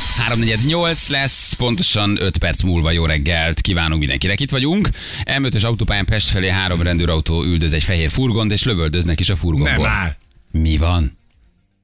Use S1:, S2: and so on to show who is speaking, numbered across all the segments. S1: 348 lesz, pontosan 5 perc múlva jó reggelt kívánunk mindenkinek. Itt vagyunk. M5-ös autópályán Pest felé három rendőrautó üldöz egy fehér furgont, és lövöldöznek is a
S2: Nem
S1: furgonból.
S2: már.
S1: Mi van?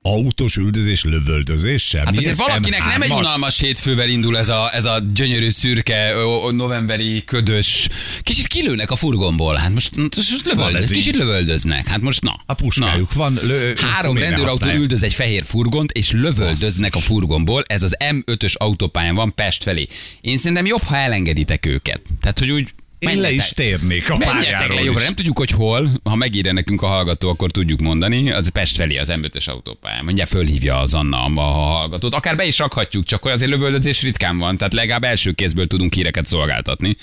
S2: Autós üldözés, lövöldözéssel?
S1: Hát
S2: Mi
S1: azért
S2: ez?
S1: valakinek nem egy
S2: M3-as?
S1: unalmas hétfővel indul ez a, ez a gyönyörű, szürke, ö, ö, novemberi, ködös. Kicsit kilőnek a furgonból, hát most, most
S2: Van
S1: lövöldöz,
S2: ez így.
S1: kicsit lövöldöznek. Hát most na.
S2: A puskájuk van. Lő,
S1: Három
S2: miért ne
S1: rendőrautó
S2: használják?
S1: üldöz egy fehér furgont, és lövöldöznek a furgonból. Ez az M5-ös autópályán van Pest felé. Én szerintem jobb, ha elengeditek őket. Tehát, hogy úgy
S2: Én le is térnék a
S1: Menjetek le
S2: pályáról
S1: jobbra,
S2: is.
S1: nem tudjuk, hogy hol. Ha megírja nekünk a hallgató, akkor tudjuk mondani. Az Pest felé az M5-ös autópályán. Mondja, fölhívja az Anna a a hallgatót. Akár be is rakhatjuk, csak hogy azért lövöldözés ritkán van. Tehát legalább első kézből tudunk híreket szolgáltatni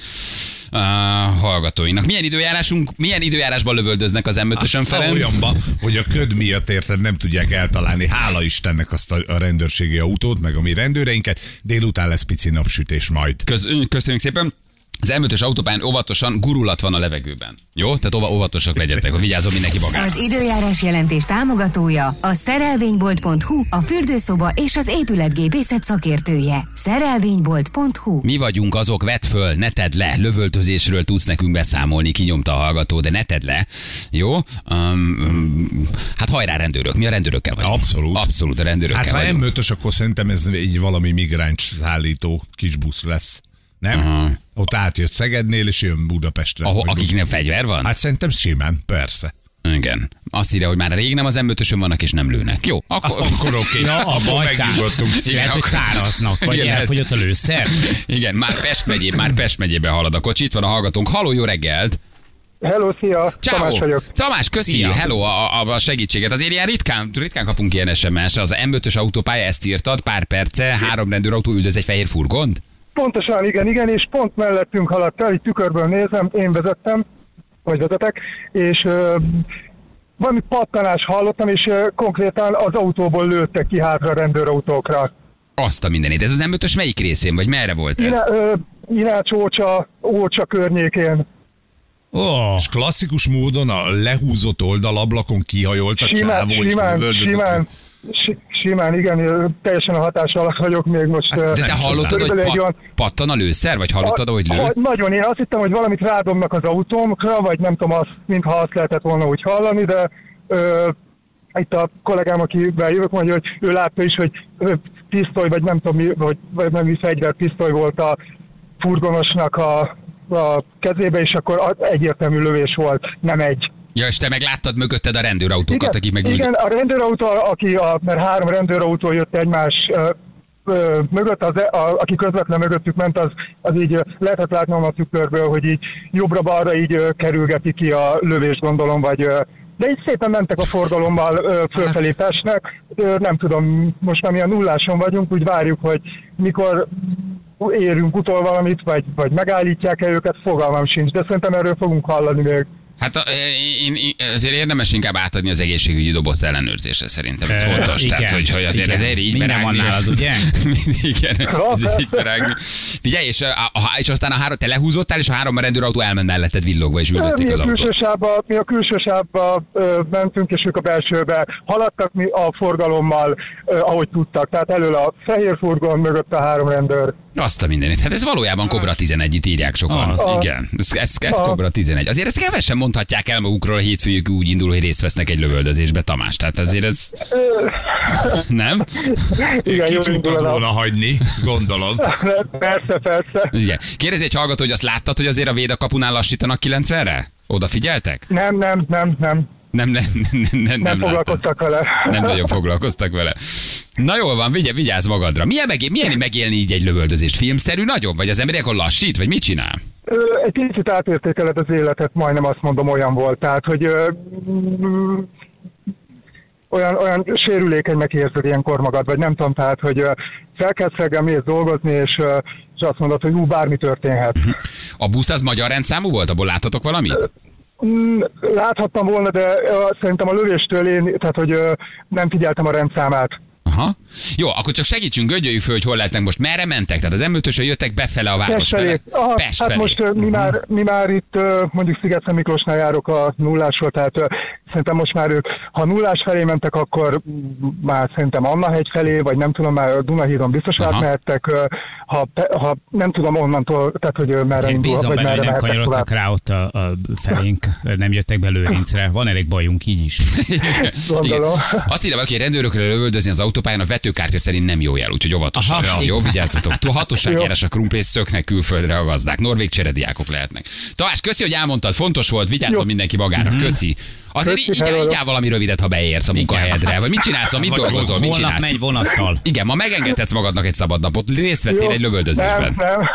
S1: a hallgatóinak. Milyen időjárásunk, milyen időjárásban lövöldöznek az M5-ösön,
S2: Ha
S1: Ferenc?
S2: Olyanba, hogy a köd miatt érted, nem tudják eltalálni. Hála Istennek azt a, a rendőrségi autót, meg a mi rendőreinket. Délután lesz pici napsütés majd.
S1: Köz, köszönjük szépen. Az elmötös autópályán óvatosan gurulat van a levegőben. Jó? Tehát óva, óvatosak legyetek, hogy vigyázzon mindenki magára.
S3: Az időjárás jelentés támogatója a szerelvénybolt.hu, a fürdőszoba és az épületgépészet szakértője. Szerelvénybolt.hu
S1: Mi vagyunk azok, vedd föl, ne tedd le, lövöldözésről tudsz nekünk beszámolni, kinyomta a hallgató, de ne tedd le, jó? Um, um, hát hajrá rendőrök, mi a rendőrökkel vagyunk?
S2: Abszolút.
S1: Abszolút a rendőrökkel
S2: Hát ha
S1: vagyunk.
S2: M5-ös, akkor szerintem ez egy valami migráns szállító kis busz lesz. Nem? Uh-huh. Ott átjött Szegednél, és jön Budapestre.
S1: Ahol,
S2: Vagy
S1: akiknél fegyver van?
S2: Hát szerintem simán, persze.
S1: Igen. Azt írja, hogy már rég nem az m vannak, és nem lőnek. Jó, akkor,
S2: Akkor oké,
S4: Ja, a
S2: akkor
S4: baj,
S2: megnyugodtunk.
S1: Igen,
S4: Lehet, hogy
S1: akkor-
S4: tároznak, vagy
S1: Igen, lehet.
S4: elfogyott a lőszer.
S1: Igen, már Pest megyé, már Pest megyébe halad a kocsi. Itt van a hallgatónk. Haló, jó reggelt!
S5: Hello, szia!
S1: Ciao.
S5: Tamás vagyok.
S1: Tamás, köszi,
S4: Szia.
S1: hello a, a, a, segítséget. Azért ilyen ritkán, ritkán kapunk ilyen SMS. Az M5-ös autópálya ezt írtad, pár perce, három rendőrautó üldöz egy fehér furgont.
S5: Pontosan, igen, igen, és pont mellettünk haladt el, így tükörből nézem, én vezettem, vagy vezetek, és ö, valami pattanás hallottam, és ö, konkrétan az autóból lőttek ki hátra a rendőrautókra.
S1: Azt a mindenit. Ez az M5-ös melyik részén, vagy merre volt ez?
S5: Iná, ö, Inács Ócsa, Ócsa környékén.
S4: Ó,
S2: És klasszikus módon a lehúzott oldalablakon kihajolt a
S5: Simán,
S2: csávó, és
S5: simán,
S2: lövöldözött.
S5: simán, si- simán, igen, ö, teljesen a hatás alatt vagyok még most. ö,
S1: Hát, De te
S2: nem
S1: hallottad, hogy
S2: csodálom.
S5: Körülbelül egy
S1: pat,
S5: olyan-
S1: pattan a lőszer, vagy hallottad, hogy
S5: A-
S1: lő?
S5: a- Nagyon, én azt hittem, hogy valamit rádomnak az autómra, vagy nem tudom, azt, mintha azt lehetett volna úgy hallani, de ö, itt a kollégám, akivel jövök, mondja, hogy ő látta is, hogy ö, pisztoly, vagy nem tudom, mi, vagy, vagy nem mi fegyver, pisztoly volt a furgonosnak a, a kezébe, és akkor a- egyértelmű lövés volt, nem egy.
S1: Ja, és te meg láttad mögötted a rendőrautókat, akik meg
S5: igen, a rendőrautó, aki a, mert három rendőrautó jött egymás ö, ö, mögött, az, a, aki közvetlen mögöttük ment, az, az így ö, lehetett látnom a tükörből, hogy így jobbra-balra így ö, kerülgeti ki a lövést, gondolom, vagy ö, de így szépen mentek a forgalommal ö, fölfelé Pestnek. Ö, Nem tudom, most már mi a nulláson vagyunk, úgy várjuk, hogy mikor érünk utol valamit, vagy, vagy megállítják-e őket, fogalmam sincs, de szerintem erről fogunk hallani még.
S1: Hát a- én, én, azért érdemes inkább átadni az egészségügyi dobozt ellenőrzésre szerintem, ez fontos.
S4: igen,
S1: Tehát, hogy, hogy azért
S4: igen.
S1: ez így
S4: Minden
S1: berágni.
S4: van nálad, ugye?
S1: igen, ez így berágni. Figyelj, és, a, a, és aztán a három, te lehúzottál, és a három rendőrautó elment melletted villogva, és üldözték
S5: mi
S1: az
S5: a külső
S1: autót.
S5: sávba, mi a külső sávba ö, mentünk, és ők a belsőbe haladtak mi a forgalommal, ö, ahogy tudtak. Tehát elől a fehér furgon, mögött a három rendőr.
S1: Azt a mindenit. Hát ez valójában Kobra 11, itt írják sokan.
S4: Az.
S1: Igen, ez, ez, ez
S5: Az.
S1: Kobra 11. Azért ezt kevesen mondhatják el magukról, a hétfőjük úgy indul, hogy részt vesznek egy lövöldözésbe, Tamás. Tehát azért ez... Nem?
S5: Igen,
S2: Ki
S5: jó
S2: tudtad
S5: indul
S2: volna
S5: a...
S2: hagyni, gondolod?
S5: Persze, persze.
S1: Igen. Kérdezi egy hallgató, hogy azt láttad, hogy azért a védakapunál lassítanak 90-re? Oda figyeltek?
S5: Nem, nem, nem, nem.
S1: Nem, nem, nem, nem, nem,
S5: Nem,
S1: láttam.
S5: foglalkoztak vele.
S1: Nem nagyon foglalkoztak vele. Na jól van, vigye, vigyázz magadra. Milyen, meg, milyen megélni így egy lövöldözést? Filmszerű nagyon? Vagy az ember akkor lassít? Vagy mit csinál?
S5: Ö, Egy picit átértékeled az életet, majdnem azt mondom, olyan volt. Tehát, hogy ö, mm, olyan, olyan sérülékenynek érzed ilyenkor magad, vagy nem tudom, tehát, hogy ö, felkelsz reggel, mész dolgozni, és, ö, és azt mondod, hogy hú, bármi történhet.
S1: A busz az magyar rendszámú volt? Abból láttatok valamit?
S5: Mm, Láthattam volna, de ö, szerintem a lövéstől én, tehát hogy ö, nem figyeltem a rendszámát.
S1: Aha. Jó, akkor csak segítsünk, gögyöljük föl, hogy hol lehetnek most. Merre mentek? Tehát az m 5 jöttek befele a város
S5: Pest felé.
S1: fele.
S5: Aha,
S1: Pest
S5: hát
S1: felé.
S5: most ö, mi, már, mi már itt ö, mondjuk Sziget Miklósnál járok a nullásról, tehát ö, Szerintem most már ők, ha nullás felé mentek, akkor már szerintem Annahegy felé, vagy nem tudom, már Dunahídon biztos
S1: Aha.
S5: átmehettek, ö, ha, pe- ha nem tudom onnantól, tehát hogy ö, merre
S4: Én
S5: indul,
S4: bízom
S5: vagy
S4: benne,
S5: merre
S4: hogy nem
S5: mehettek tovább.
S4: kanyarodtak rá ott a, a felénk, nem jöttek be lőrincre. Van elég bajunk így is.
S5: Gondolom.
S1: hát Igen. Azt írja valaki, hogy rendőrökre lövöldözni az autópályán a vetőkártya szerint nem jó jel, úgyhogy óvatosan.
S4: Aha,
S1: Aha,
S4: igen.
S1: jó, vigyázzatok. Túl hatóság
S5: Jó.
S1: járás a krumplés szöknek külföldre a gazdák. Norvég cserediákok lehetnek. Tamás, köszi, hogy elmondtad, fontos volt, vigyázzon
S5: Jó.
S1: mindenki magára.
S4: Mhm.
S1: Köszi. Azért
S5: Köszi,
S1: így
S5: hello.
S1: így valami rövidet, ha beérsz a munkahelyedre. Vagy mit csinálsz, mit
S2: Vagy
S1: dolgozol, mit
S4: Holnap
S1: csinálsz?
S4: megy vonattal.
S1: Igen, ma megengedhetsz magadnak egy szabad napot, részt vettél Hát egy
S5: nem,
S1: lövöldözésben.
S5: nem,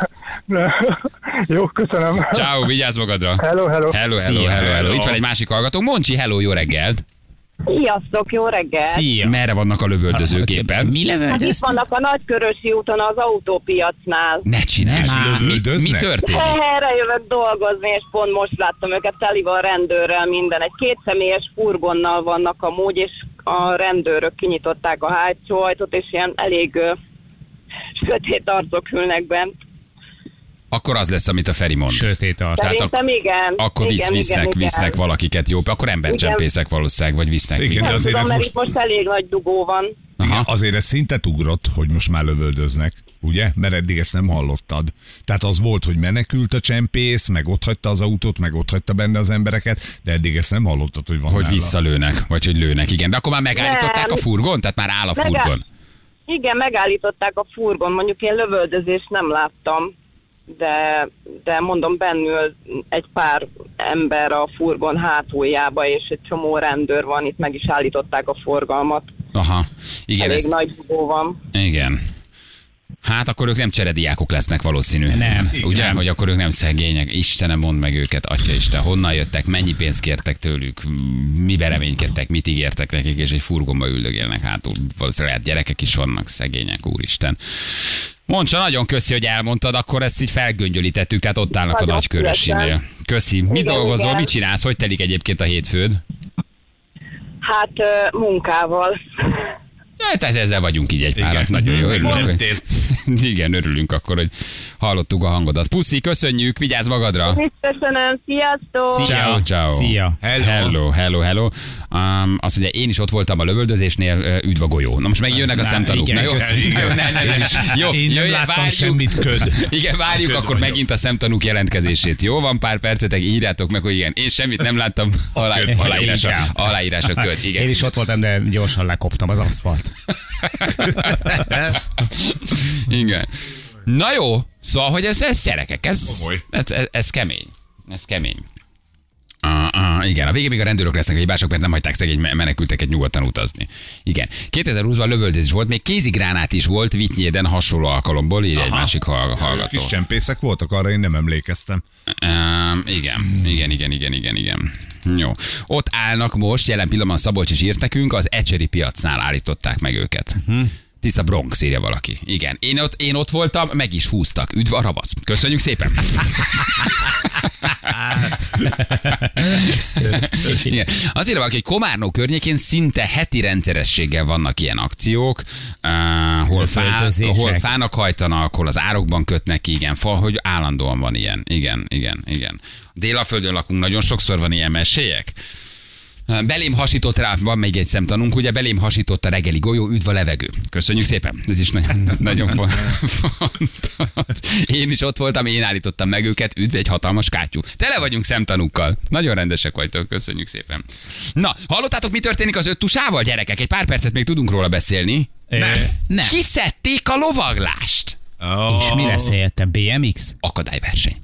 S5: nem. Jó, köszönöm.
S1: Ciao, vigyázz magadra.
S5: Hello,
S1: Hello,
S5: hello.
S1: hello,
S4: Szia.
S1: hello, hello. Itt
S2: Hello.
S1: van egy másik hallgató. Moncsi, hello, jó reggelt.
S6: Sziasztok, jó reggel!
S4: Szia.
S1: Merre vannak a lövöldözők éppen?
S4: Mi
S6: Hát itt
S4: lövöldöz?
S6: vannak a Nagykörösi úton az autópiacnál.
S1: Ne csinálj!
S2: Nem.
S1: Már. Mi, mi
S2: Lövöldöznek?
S1: történik?
S6: Erre jövök dolgozni, és pont most láttam őket telival rendőrrel minden. Egy kétszemélyes furgonnal vannak amúgy, és a rendőrök kinyitották a hátsó ajtót, és ilyen elég ö, sötét arcok ülnek bent.
S1: Akkor az lesz, amit a Feri mond.
S4: Sötét arc.
S1: Tehát
S6: Szerintem igen.
S1: Akkor
S6: igen,
S1: visz, visznek,
S6: igen,
S1: visznek
S6: igen.
S1: valakiket jó, akkor embercsempészek valószínűleg, vagy visznek.
S2: Igen,
S1: minket.
S2: de
S6: Nem
S2: azért
S6: tudom,
S2: ez
S6: mert
S2: most,
S6: itt most elég nagy dugó van.
S2: igen,
S1: Aha.
S2: azért ez szintet ugrott, hogy most már lövöldöznek, ugye? Mert eddig ezt nem hallottad. Tehát az volt, hogy menekült a csempész, meg ott hagyta az autót, meg ott hagyta benne az embereket, de eddig ezt nem hallottad, hogy van
S1: Hogy
S2: nála.
S1: visszalőnek, vagy hogy lőnek, igen. De akkor már megállították a
S6: Nem.
S1: furgon, tehát már áll a
S6: Megáll-
S1: furgon.
S6: Igen, megállították a furgon, mondjuk én lövöldözést nem láttam, de, de mondom, bennül egy pár ember a furgon hátuljába, és egy csomó rendőr van, itt meg is állították a forgalmat.
S1: Aha. Igen,
S6: Elég
S1: ezt,
S6: nagy dugó van.
S1: igen. Hát akkor ők nem cserediákok lesznek valószínű.
S4: Nem.
S1: Ugye, nem. hogy akkor ők nem szegények. Istenem, mondd meg őket, Atya Isten, honnan jöttek, mennyi pénzt kértek tőlük, mibe reménykedtek, mit ígértek nekik, és egy furgonba üldögélnek hátul. Valószínűleg lehet gyerekek is vannak, szegények, úristen. Moncsa, nagyon köszi, hogy elmondtad, akkor ezt így felgöngyölítettük, tehát ott állnak a
S6: Nagyon
S1: nagy körösinél.
S6: szívesen.
S1: Köszi. Mi
S6: Igen,
S1: dolgozol,
S6: igen.
S1: mit csinálsz, hogy telik egyébként a hétfőd?
S6: Hát ö, munkával.
S1: Ja, tehát ezzel vagyunk így egy párat. Nagyon jó. Örülünk, hogy... Igen, örülünk akkor, hogy hallottuk a hangodat. Puszi, köszönjük, vigyázz magadra.
S6: Köszönöm, sziasztok!
S4: Szia.
S1: Ciao, ciao.
S4: Szia.
S1: Hello, hello, hello. hello. Um, azt mondja, én is ott voltam a lövöldözésnél, ö, üdv a golyó. Na most megjönnek a
S4: Na,
S1: szemtanúk.
S4: igen,
S1: Na jó,
S4: köszönjük.
S1: jó, ne, ne, ne, ne. Jó,
S2: Én nem
S1: jöjjön,
S2: láttam
S1: várjuk.
S2: semmit köd.
S1: Igen, várjuk
S2: Köd
S1: akkor
S2: vagyok.
S1: megint a szemtanúk jelentkezését. Jó, van pár percetek, írjátok meg, hogy igen. Én semmit nem láttam. Alá, aláírása,
S4: Igen.
S1: aláírása köd. Igen.
S4: Én is ott voltam, de gyorsan lekoptam az aszfalt.
S1: Igen. Na jó, szóval, hogy ez, ez gyerekek, ez,
S2: Komoly.
S1: ez, ez, ez kemény. Ez kemény. Uh, uh, igen, a végén még a rendőrök lesznek a hibások, mert nem hagyták szegény me- menekülteket nyugodtan utazni. Igen. 2020-ban lövöldözés volt, még kézigránát is volt Vitnyéden hasonló alkalomból, írja egy másik hall- hallgató.
S2: Kis csempészek voltak, arra én nem emlékeztem.
S1: Um, igen, igen, igen, igen, igen, igen. Jó. Ott állnak most, jelen pillanatban Szabolcs is írt nekünk, az Ecseri piacnál állították meg őket. Uh-huh. Tiszta Bronx, írja valaki. Igen. Én ott, én ott voltam, meg is húztak. Üdv a ravasz. Köszönjük szépen. Igen. Azért valaki, hogy Komárnó környékén szinte heti rendszerességgel vannak ilyen akciók, uh, hol, fá,
S4: Lövöldözések.
S1: hol fának hajtanak, hol az árokban kötnek ki, igen, fa, hogy állandóan van ilyen. Igen, igen, igen. Délaföldön lakunk, nagyon sokszor van ilyen mesélyek. Belém hasított rá, van még egy szemtanunk, ugye belém hasított a reggeli golyó, üdv a levegő. Köszönjük szépen, ez is nagyon, nagyon fo- fontos. Én is ott voltam, én állítottam meg őket, üdv egy hatalmas kátyú. Tele vagyunk szemtanúkkal. Nagyon rendesek vagytok, köszönjük szépen. Na, hallottátok, mi történik az öt tusával, gyerekek? Egy pár percet még tudunk róla beszélni.
S4: Ö, Nem.
S1: Kiszedték a lovaglást.
S2: Oh.
S4: És mi lesz helyette? BMX?
S1: Akadályverseny.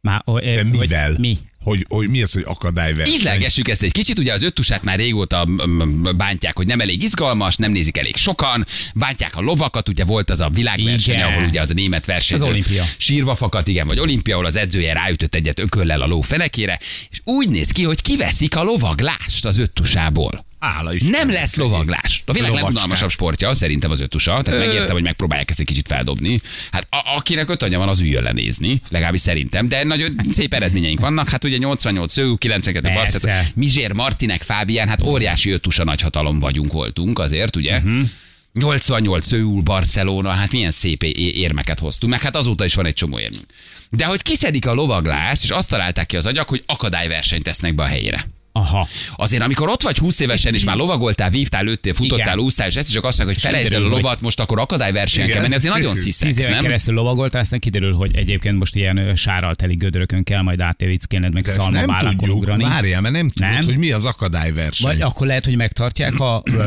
S4: Már, ö, ö,
S2: De
S4: hogy-
S2: mivel?
S4: Mi?
S2: Hogy, hogy mi az, hogy akadályverseny?
S1: Ízlelgessük ezt egy kicsit, ugye az öttusát már régóta mm, mm, bántják, hogy nem elég izgalmas, nem nézik elég sokan, bántják a lovakat, ugye volt az a világverseny,
S4: Igen.
S1: ahol ugye az a német versenyző
S4: Az olimpia.
S1: sírva fakadt, igen, vagy olimpia, ahol az edzője ráütött egyet ököllel a ló fenekére, és úgy néz ki, hogy kiveszik a lovaglást az öttusából.
S2: Hála Istennek,
S1: Nem lesz
S2: szegény.
S1: lovaglás. A világ
S2: Lovacskák.
S1: legunalmasabb sportja szerintem az ötusa, tehát megértem, hogy megpróbálják ezt egy kicsit feldobni. Hát a- akinek öt anyja van, az üljön lenézni, legalábbis szerintem, de nagyon szép eredményeink vannak. Hát ugye 88 sző, 92
S4: Persze.
S1: Barcelona, hát Mizsér, Martinek, Fábián, hát óriási ötusa nagyhatalom vagyunk, voltunk azért, ugye?
S4: Mhm.
S1: Uh-huh. 88 Szőul, Barcelona, hát milyen szép é- é- érmeket hoztunk, meg hát azóta is van egy csomó érmünk. De hogy kiszedik a lovaglást, és azt találták ki az agyak, hogy akadályversenyt tesznek be a helyére.
S4: Aha.
S1: Azért, amikor ott vagy 20 évesen, és már lovagoltál, vívtál, lőttél, futottál,
S4: Igen.
S1: úsztál, és egyszer csak azt mondják, hogy felejtsd el a
S4: kiderül,
S1: lovat, most akkor akadályversenyen kell menni, azért nagyon
S4: Tíz
S1: sziszegsz,
S4: éven
S1: nem?
S4: keresztül lovagoltál, aztán kiderül, hogy egyébként most ilyen ö, sárral teli gödrökön kell majd átévickélned, meg
S2: De ezt nem
S4: szalmabálakon
S2: tudjuk,
S4: ugrani.
S2: várjál, mert nem tudod,
S4: Nem?
S2: hogy mi az akadályverseny.
S4: Vagy akkor lehet, hogy megtartják a, ö,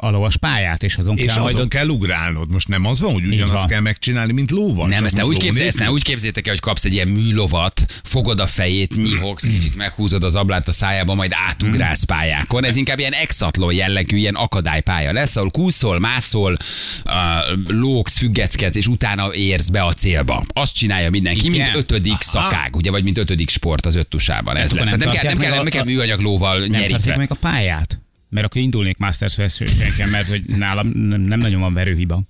S4: a lovas pályát, és azon
S2: és
S4: kell majd
S2: azon
S4: ott
S2: kell ugrálnod. Most nem az van, hogy ugyanazt
S4: van.
S2: kell megcsinálni, mint lóval.
S1: Nem,
S2: csak
S1: ezt ne, úgy
S2: ló
S1: képzel, ezt ne
S2: nélkül.
S1: úgy képzétek el, hogy kapsz egy ilyen műlovat, fogod a fejét, nyihogsz, kicsit meghúzod az ablát a szájába, majd átugrálsz
S4: Mhm.
S1: pályákon. Ez inkább ilyen exatlon jellegű, ilyen akadálypálya lesz, ahol kúszol, mászol, uh, lóksz, függeckedsz, és utána érsz be a célba. Azt csinálja mindenki,
S4: Igen.
S1: mint ötödik Aha. szakág, ugye, vagy mint ötödik sport az öttusában. Ez
S4: akkor
S1: lesz.
S4: nem
S1: Tehát nem, kell, nem,
S4: tartják
S1: kell, nem
S4: meg a-
S1: kell műanyag lóval
S4: nem tartják
S1: nyerítve.
S4: meg a pályát. Mert akkor indulnék Masters versenyen, mert hogy nálam nem, nem nagyon van verőhiba.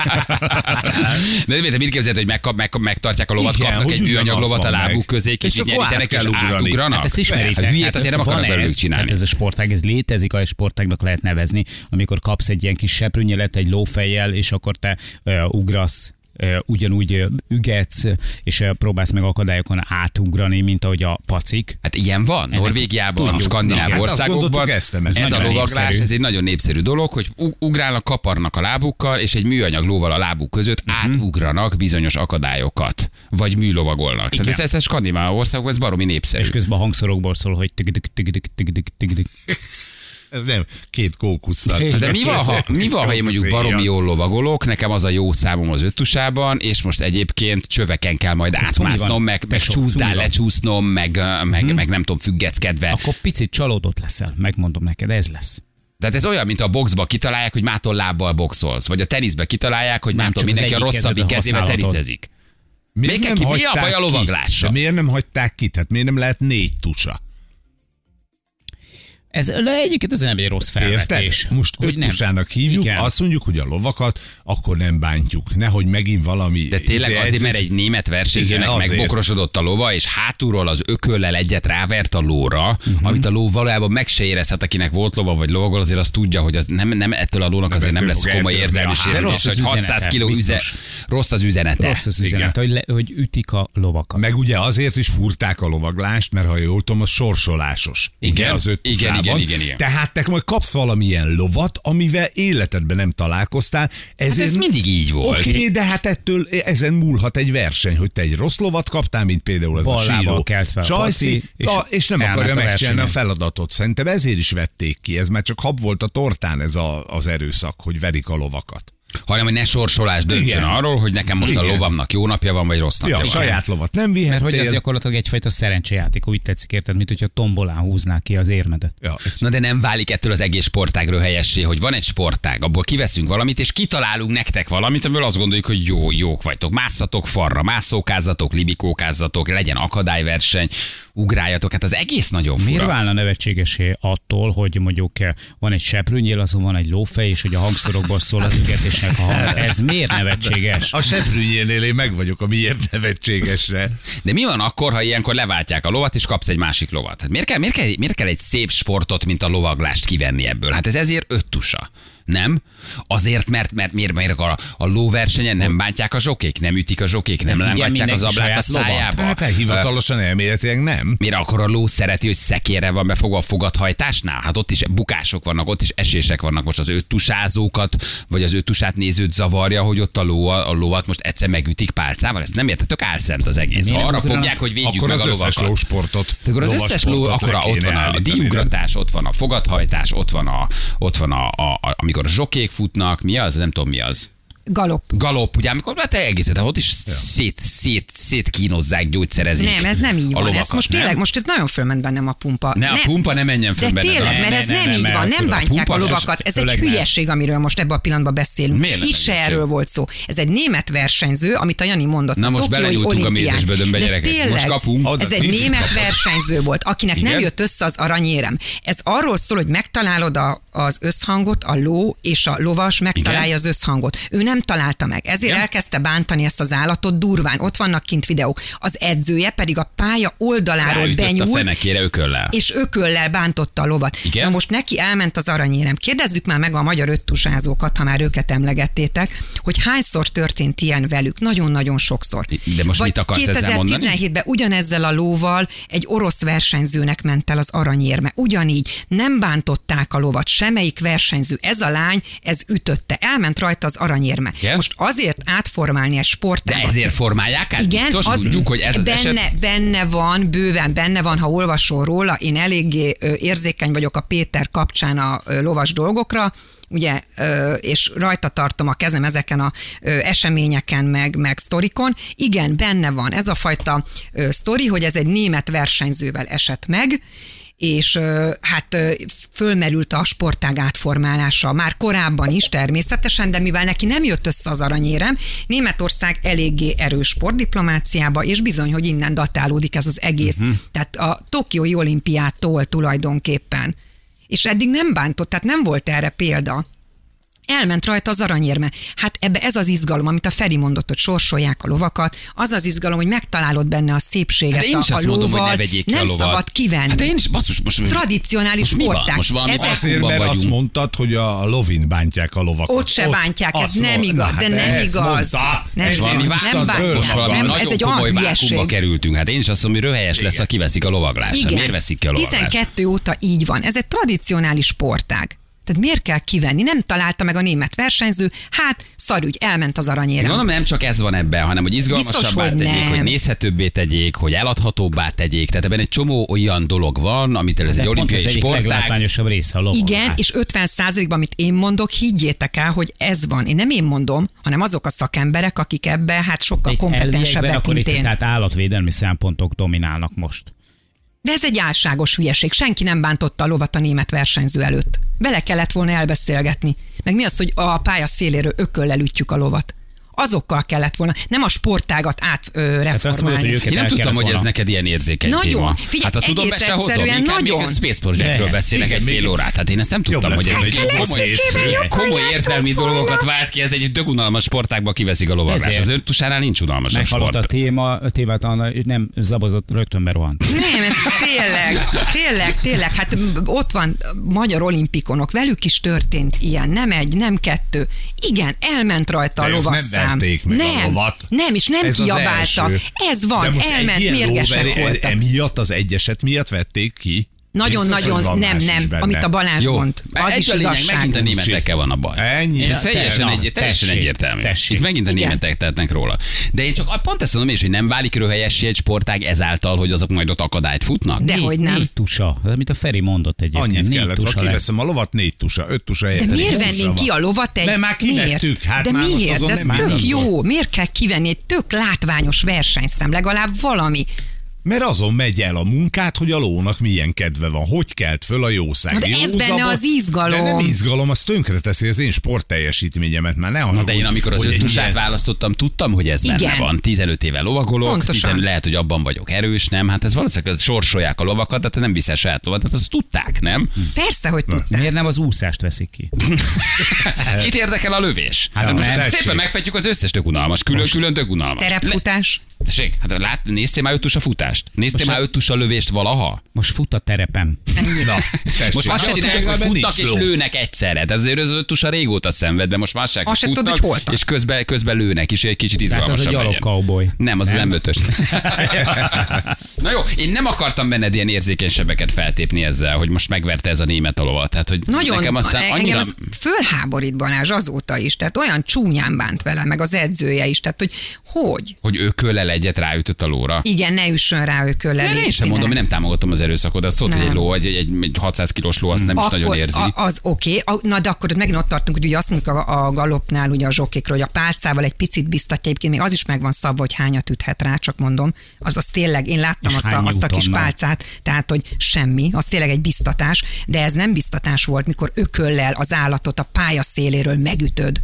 S1: De miért, mit képzeld, hogy megkap, megkap, megtartják a lovat,
S2: Igen,
S1: kapnak
S2: hogy
S1: egy műanyag
S2: ugyanaz
S1: lovat a
S2: van
S1: lábuk
S2: meg.
S1: közé,
S2: És
S1: kicsit
S2: akkor
S1: nyerítenek,
S2: át kell
S1: és
S2: ugrani.
S1: átugranak.
S4: Hát ezt ismeritek.
S1: Hát Hülyét
S4: hát
S1: azért nem akarnak
S4: van
S1: belőlük
S4: ez,
S1: csinálni.
S4: Hát ez a sportág, ez létezik, a sportágnak lehet nevezni, amikor kapsz egy ilyen kis seprűnyelet egy lófejjel, és akkor te ö, ugrasz ö, ugyanúgy ö, ügetsz, és ö, próbálsz meg akadályokon átugrani, mint ahogy a pacik.
S1: Hát ilyen van, Norvégiában,
S4: tudjuk.
S1: skandináv
S2: Na, hát azt
S1: országokban.
S2: gondoltuk, ezt nem, ez
S1: ez a
S4: nagyon
S1: lovaglás,
S4: népszerű.
S1: ez egy nagyon népszerű dolog, hogy u- ugrálnak, kaparnak a lábukkal, és egy műanyag lóval a lábuk között
S2: Mhm.
S1: átugranak bizonyos akadályokat, vagy műlovagolnak. Tehát ez, ez a skandináv országokban ez baromi népszerű.
S4: És közben a hangszorokból szól, hogy tigdik, tigdik, tigdik, tigdik.
S2: Nem, két kókusszal.
S1: De mi van, ha, mi van, ha én mondjuk baromi jól lovagolok, nekem az a jó számom az öttusában, és most egyébként csöveken kell majd átmásznom,
S4: Hát, van.
S1: meg, meg
S4: Tesó,
S1: csúszdán
S4: cumi van. Mhm.
S1: lecsúsznom, meg, ö, meg, meg nem tudom, függeckedve.
S4: Akkor picit csalódott leszel, megmondom neked, ez lesz.
S1: Tehát ez olyan, mint a boxba kitalálják, hogy mától lábbal boxolsz, vagy a teniszbe kitalálják, hogy nem,
S4: Nem,
S1: tudom,
S4: csak az
S1: mindenki a
S4: egyik
S1: rosszabbik
S4: kezedet
S1: kezével
S4: használhatod.
S1: teniszezik. Miért ki- mi a baj a lovaglással?
S2: De miért nem hagyták ki? Tehát miért nem lehet négy tusa?
S4: Ez le egyébként ez nem egy rossz
S2: Érted?
S4: felvetés.
S2: Most
S4: Hogy nem.
S2: öttusának hívjuk,
S4: Igen.
S2: azt mondjuk, hogy a lovakat akkor nem bántjuk. Nehogy megint valami... izé
S1: De tényleg azért, mert egy német versenyzőnek
S2: Igen, azért.
S1: megbokrosodott a lova, és hátulról az ököllel egyet rávert a lóra, amit a ló valójában meg se érezhet, akinek volt lova vagy lovagol, azért az tudja, hogy az nem, nem ettől a lónak azért nem
S2: ettől
S1: lesz
S2: fog
S1: komoly
S2: eltörni a
S1: érzelmi
S2: hátad.
S1: sérülés,
S4: Rossz az
S1: hogy 600
S4: üzenete,
S1: kiló üze,
S4: biztos.
S1: rossz az üzenete.
S4: Rossz az
S2: Igen.
S4: üzenet, hogy, le, hogy ütik a lovakat.
S2: Meg ugye azért is furták a lovaglást, mert ha jól tudom, az sorsolásos.
S1: Igen.
S2: Ugye, az öt
S1: Igen,
S2: tusában.
S1: igen, igen, igen.
S2: Tehát te majd kapsz valamilyen lovat, amivel életedben nem találkoztál.
S1: Hát ez mindig így volt.
S2: Oké, okay, de hát ettől ezen múlhat egy verseny, hogy te egy rossz lovat kaptál, mint például ez
S4: Ballával
S2: a síró.
S4: kelt fel a
S2: Csajci,
S4: paci,
S2: és,
S4: és
S2: a, és nem
S4: elment
S2: akarja
S4: a
S2: megcsinálni a
S4: versenyen.
S2: feladatot. Szerintem ezért is vették ki. Ez már csak hab volt a tortán ez a, az erőszak, hogy verik a lovakat.
S1: Hanem, hogy ne sorsolás döntsön
S2: Igen.
S1: arról, hogy nekem most a
S2: Igen.
S1: lovamnak Hát jó napja van, vagy rossz napja
S2: Ja,
S1: van.
S2: saját lovat nem vihettél.
S4: Mert hogy ez gyakorlatilag egyfajta szerencsejáték, úgy tetszik érted, mint hogyha tombolán húznák ki az érmedet.
S2: ja, és
S1: Na de nem válik ettől az egész sportágról helyessé, hogy van egy sportág, abból kiveszünk valamit, és kitalálunk nektek valamit, amiből azt gondoljuk, hogy jó, jók vagytok. Másszatok farra, mászókázatok, libikókázatok, legyen akadályverseny, ugráljatok. Hát az egész nagyon fura.
S4: Miért válna nevetségesé attól, hogy mondjuk eh, van egy seprűnyél, azon van egy lófej, és hogy a hangszorokból szól az ügetésnek a hang. Ez miért nevetséges?
S2: A seprűnyénél én meg vagyok, amiért nevetségesre.
S1: De mi van akkor, ha ilyenkor leváltják a lovat, és kapsz egy másik lovat? Hát miért kell, miért kell, miért kell egy szép sportot, mint a lovaglást kivenni ebből? Hát ez ezért öttusa. Nem? Azért, mert, mert miért, miért a, a lóversenyen nem bántják a zsokék, nem ütik a zsokék, nem
S4: De figyelj,
S1: lángatják az
S4: mindenki
S1: ablát a
S4: saját lovat.
S1: szájába.
S2: Hát hivatalosan elméletileg nem.
S1: Mire akkor a ló szereti, hogy szekére van befogva a fogadhajtásnál? Hát ott is bukások vannak, ott is esések vannak. Most az öttusázókat, vagy az öttusát nézőt zavarja, hogy ott a, ló, a lovat most egyszer megütik pálcával. Ezt nem érted, tök álszent az egész. Ha
S4: Miért
S1: arra
S4: ugranak?
S1: fogják, hogy védjük
S2: Akkor
S1: meg
S2: az
S1: a
S2: összes
S1: lovakat.
S2: lósportot.
S1: Tehát Akkor az összes ló,
S2: lovasportot
S1: akkor
S2: le
S1: a- ott
S2: kéne
S1: van a
S2: állítani, nem?
S1: diugratás, ott van a fogadhajtás, ott van a, ott van a, a, a amikor a zsokék futnak, mi az, nem tudom mi az.
S7: Galop.
S1: Galop, ugye, amikor hát egészet, ott is szét, szét, szét kínozzák, gyógyszerezik.
S7: Nem, ez nem így
S1: a
S7: van.
S1: Lovakat,
S7: ez most
S1: nem?
S7: tényleg, most ez nagyon fölment bennem a pumpa.
S1: Ne, a pumpa ne menjen föl
S7: De
S1: benned.
S7: tényleg,
S1: Ne,
S7: mert
S1: ne,
S7: ez
S1: ne,
S7: nem
S1: ne,
S7: így
S1: ne,
S7: van, nem
S1: tudod, a
S7: bántják
S1: pumpa
S7: a
S1: se-
S7: lovakat. Ez egy
S4: főleg nem.
S7: hülyeség, amiről most ebben a pillanatban beszélünk.
S1: Miért lenne
S7: Itt se
S1: hülyeség?
S7: erről volt szó. Ez egy német versenyző, amit a Jani mondott.
S1: Na
S7: a
S1: most
S7: tokiói
S1: belenyúltunk a
S7: olimpián.
S1: mézesbödönbe,
S7: De
S1: gyerekek.
S7: Tényleg,
S1: Most kapunk.
S2: Oda
S7: Ez egy
S2: tízig
S7: német
S2: kapott.
S7: versenyző volt, akinek
S1: Igen?
S7: nem jött össze az aranyérem. Ez arról szól, hogy megtalálod a, az összhangot, a ló és a lovas megtalálja
S1: Igen?
S7: az összhangot. Ő nem nem találta meg. Ezért
S1: Igen?
S7: Igen? elkezdte bántani ezt az állatot durván. Ott vannak kint videók. Az edzője pedig a pálya oldaláról
S1: Ráütött a
S7: benyúlt,
S1: fenekére ököllel.
S7: és ököllel bántotta a lovat.
S1: Igen?
S7: Na most neki elment az aranyérem. Kérdezzük már meg a magyar öttusázókat, ha már őket emlegettétek, hogy hányszor történt ilyen velük. Nagyon-nagyon sokszor.
S1: De most
S7: Vagy
S1: mit akarsz ezzel mondani?
S7: 2017-ben ugyanezzel a lóval egy orosz versenyzőnek ment el az aranyérme. Ugyanígy nem bántották a lovat, semmelyik versenyző. Ez a lány, ez ütötte. Elment rajta az aranyérme.
S1: Igen?
S7: Most azért átformálni egy
S1: De
S7: sportágat,
S1: ezért formálják át?
S7: igen,
S1: Biztos tudjuk, hogy ez az
S7: benne,
S1: eset...
S7: benne van, bőven benne van, ha olvasol róla, én eléggé ö, érzékeny vagyok a Péter kapcsán a ö, lovas dolgokra, ugye, ö, és rajta tartom a kezem ezeken a ö, eseményeken, meg, meg sztorikon. Igen, benne van ez a fajta ö, sztori, hogy ez egy német versenyzővel esett meg, és ö, hát ö, fölmerült a sportág átformálása már korábban is természetesen, de mivel neki nem jött össze az aranyérem, Németország eléggé erős sportdiplomáciába, és bizony, hogy innen datálódik ez az egész.
S1: Mhm.
S7: Uh-huh. Tehát a Tokiói olimpiától tulajdonképpen. És eddig nem bántott, tehát nem volt erre példa. Elment rajta az aranyérme. Hát ebbe ez az izgalom, amit a Feri mondott, hogy sorsolják a lovakat, az az izgalom, hogy megtalálod benne a szépséget
S1: Hát én is
S7: a,
S1: azt
S7: a lóval,
S1: mondom, hogy ne vegyék ki
S7: nem
S1: a lovat.
S7: szabad kivenni.
S1: Hát én is, basszus, most...
S7: Tradicionális
S1: most mi van?
S7: sporták.
S1: Most valami
S7: Ezek-
S2: Azért,
S1: Bakuban
S2: mert
S1: vagyunk.
S2: azt mondtad, hogy a, a lovin bántják a lovakat.
S7: Ott se bántják, ez
S2: azt
S7: nem
S2: mond-
S7: igaz, de nem
S2: ezt
S7: igaz.
S2: Mondta,
S7: Nem
S2: Ez
S1: És valami
S7: igaz,
S1: vákum-
S2: igaz,
S7: nem
S2: tudod,
S7: bánják.
S1: most
S2: önmagad.
S1: valami
S7: Nem,
S1: nagyon
S7: ez egy
S1: komoly
S7: olyan
S1: vákumba
S7: hülyeség.
S1: kerültünk. Hát én is azt mondom, hogy röhelyes lesz, ha kiveszik a lovaglásra. Miért veszik ki a lovaglásra?
S7: 12 óta így van. Ez egy tradicionális sportág. Tehát miért kell kivenni? Nem találta meg a német versenyző, hát szarügy, elment az aranyérem.
S1: Gondolom nem csak ez van ebben, hanem hogy izgalmasabbá
S7: Biztos, hogy
S1: tegyék, hogy
S7: nem.
S1: nézhetőbbé tegyék, hogy eladhatóbbá tegyék. Tehát ebben egy csomó olyan dolog van, amit ez egy olimpiai
S4: ez egyik
S1: sportág.
S4: leglátványosabb része a lovon.
S7: Igen, és 50 százalékban, amit én mondok, higgyétek el, hogy ez van. Én nem én mondom, hanem azok a szakemberek, akik ebbe hát sokkal
S4: Itt elviekben
S7: kompetensebbek,
S4: akkor
S7: mint
S4: itt,
S7: én.
S4: tehát állatvédelmi szempontok dominálnak most.
S7: De ez egy álságos hülyeség. Senki nem bántotta a lovat a német versenyző előtt. Bele kellett volna elbeszélgetni. Meg mi az, hogy a pálya széléről ököllel ütjük a lovat? Azokkal kellett volna, nem a sportágat
S4: Hát azt mondod, hogy
S7: átreformálni.
S4: őket
S1: Én nem
S4: el
S1: tudtam,
S4: kellett
S1: hogy ez
S4: volna.
S1: neked ilyen érzékeny
S7: Nagyon.
S1: téma.
S7: Figyelj,
S1: hát a tudom, be
S7: egész
S1: se hozom.
S7: egyszerűen
S1: Inkább még
S7: nagyon.
S1: a Space Projectről beszélnek egy fél órát. Hát én ezt nem tudtam,
S2: lett
S1: hogy ez
S2: volna,
S1: egy
S7: Hát
S2: hogy
S1: komoly,
S2: ellenszékével
S1: komoly
S2: jobban
S1: érzelmi dolgokat vált ki. Ez egy dögunalmas sportágba kiveszik a lovaglás.
S4: Ezért.
S1: Az öntusánál nincs unalmasabb
S4: Meghallott a
S1: sport.
S4: téma, a témát Anna, és nem zabozott, rögtön berohant.
S7: Nem, ez tényleg, tényleg, tényleg, hát ott van magyar olimpikonok, velük is történt ilyen, nem egy, nem kettő. Igen, elment rajta
S2: De
S7: a
S2: ők
S7: lovasszám.
S2: nem verték meg a
S7: nem,
S2: lovat.
S7: Nem, és nem
S2: Ez az
S7: kiabáltak.
S2: első.
S7: Ez
S2: De
S7: van,
S2: most egy
S7: elment,
S2: ilyen
S7: mérgesek
S2: lóver-
S7: voltak.
S2: Emiatt az egyeset miatt vették ki. Biztos, hogy
S7: Nagyon-nagyon
S2: van
S7: nem,
S2: más is
S7: nem,
S2: benne.
S7: amit a Balázs
S1: Jó,
S7: mond. Az
S1: ez
S7: is
S1: a lényeg, megint a
S7: igazság.
S1: németekkel van a baj.
S2: Ennyi.
S1: Ez teljesen,
S4: Na,
S1: egy, teljesen
S4: tessék,
S1: egyértelmű.
S4: tessék.
S1: Itt megint a németek tehetnek róla. De én csak ah, pont ezt mondom is, hogy nem válik röhelyessé egy sportág ezáltal, hogy azok majd ott akadályt futnak.
S7: De hogy nem.
S4: Tusa, amit a Feri mondott egyébként.
S2: Annyit
S4: négy
S2: kellett,
S4: tusa
S2: ha
S4: lesz.
S2: kiveszem a lovat, négy tusa, öt tusa
S7: De
S2: helyett.
S7: miért
S2: egy
S7: vennénk
S2: tusa
S7: ki a
S2: van.
S7: lovat egy...
S2: Szóval. De már kivettük,
S7: miért?
S2: hát
S7: De
S2: már most
S7: miért?
S2: azon
S7: De ez
S2: nem
S7: tök
S2: állunk.
S7: jó. Miért kell kivenni egy tök látványos versenyszem? Legalább valami.
S2: Mert azon megy el a munkát, hogy a lónak milyen kedve van, hogy kelt föl a jószág.
S7: Na de
S2: Jó
S7: ez benne
S2: zabot,
S7: az izgalom.
S2: De nem izgalom, az tönkreteszi az én sportteljesítményemet, már ne
S1: Na de én amikor az
S2: hogy egy
S1: öttusát
S2: ilyen-
S1: választottam, tudtam, hogy ez benne
S7: Igen.
S1: van. 15 éve lovagolok,
S7: Pontosan.
S1: 10, lehet, hogy abban vagyok erős, nem? Hát ez valószínűleg sorsolják a lovakat, de te nem viszel saját lovat, hát azt tudták, nem?
S7: Persze, hogy tudták.
S4: Miért nem az úszást veszik ki?
S2: Hát-
S1: Kit érdekel a lövés? Hát,
S2: most
S1: most
S2: tessék.
S1: szépen megfetjük az összes tök unalmas, külön-külön tök unalmas.
S7: Terepfutás.
S1: Tessék, hát lát, néztél már öttus a futást? Néztél
S2: hát-
S1: már öttus a lövést valaha?
S4: Most fut a terepem.
S2: Na, tessék.
S1: Most már azt
S2: Hát ott
S1: csinálják,
S2: meg
S1: hogy
S2: a
S1: futnak
S2: nincs
S1: és
S2: ló.
S1: lőnek egyszerre. Tehát azért az öttus a régóta szenved, de most másság
S7: Azt se tudod,
S1: futnak,
S7: hogy hol tart.
S1: és közben, közben lőnek is, egy kicsit
S4: Tehát
S1: izgalmasabb
S4: az a gyalog
S1: legyen.
S4: cowboy.
S1: Nem, az nem ötös. Na jó, én nem akartam benned ilyen érzékeny sebeket feltépni ezzel, hogy most megverte ez a német a lovat. Tehát, hogy
S7: Nagyon, e-
S1: nekem aztán
S7: engem
S1: annyira...
S7: az fölháborít Balázs azóta is, tehát olyan csúnyán bánt vele, meg az edzője is, tehát hogy hogy?
S1: Hogy ő kölel egyet ráütött a lóra.
S7: Igen, ne üssön rá ő kölle.
S1: De
S7: légy
S1: én sem
S7: színe.
S1: mondom, én nem támogatom az erőszakot, azt tudod, hogy egy
S7: Nem.
S1: ló, egy, egy, egy 600 kilós ló, azt nem is nagyon érzi.
S7: a- az oké, okay. na de akkor megint ott tartunk, hogy ugye azt mondjuk a, a galopnál ugye a zsokikról, hogy a pálcával egy picit biztatja, egyébként még az is megvan szabva, hogy hányat üthet rá, csak mondom. Az az tényleg, én láttam
S4: És
S7: azt
S4: hány
S7: a, azt a kis
S4: newtonnal?
S7: pálcát, tehát hogy semmi, az tényleg egy biztatás, de ez nem biztatás volt, mikor ököllel az állatot a pálya széléről megütöd.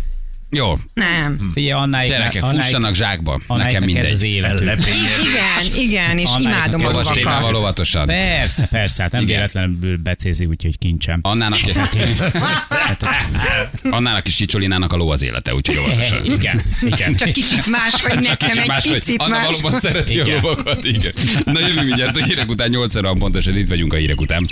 S1: Jó, Hm.
S7: Nem.
S4: Figyelj, annáig,
S1: gyerekek,
S4: annáig,
S1: fussanak zsákba. Nekem
S4: annáiknak
S1: mindegy.
S4: Ez az életük.
S7: Igen, igen, és
S4: Annáiknak
S7: imádom
S4: ez
S7: az
S4: az
S1: Magas
S4: témával
S1: témával
S7: vakat.
S1: óvatosan.
S4: Persze, persze, hát nem
S1: Igen.
S4: véletlenül becézi, úgyhogy kincsem.
S1: Annának,
S4: Hát
S1: Annának is Csicsolinának a ló az élete, úgyhogy óvatosan.
S4: Igen, igen.
S7: Csak kicsit más, hogy nekem
S1: Kicsit
S7: egy
S1: máshogy.
S7: picit
S1: Anna
S7: más.
S1: valóban szereti a
S4: Igen.
S1: lovakat, igen. Na jövő mindjárt a hírek után 8 óra pontosan itt vagyunk a hírek után.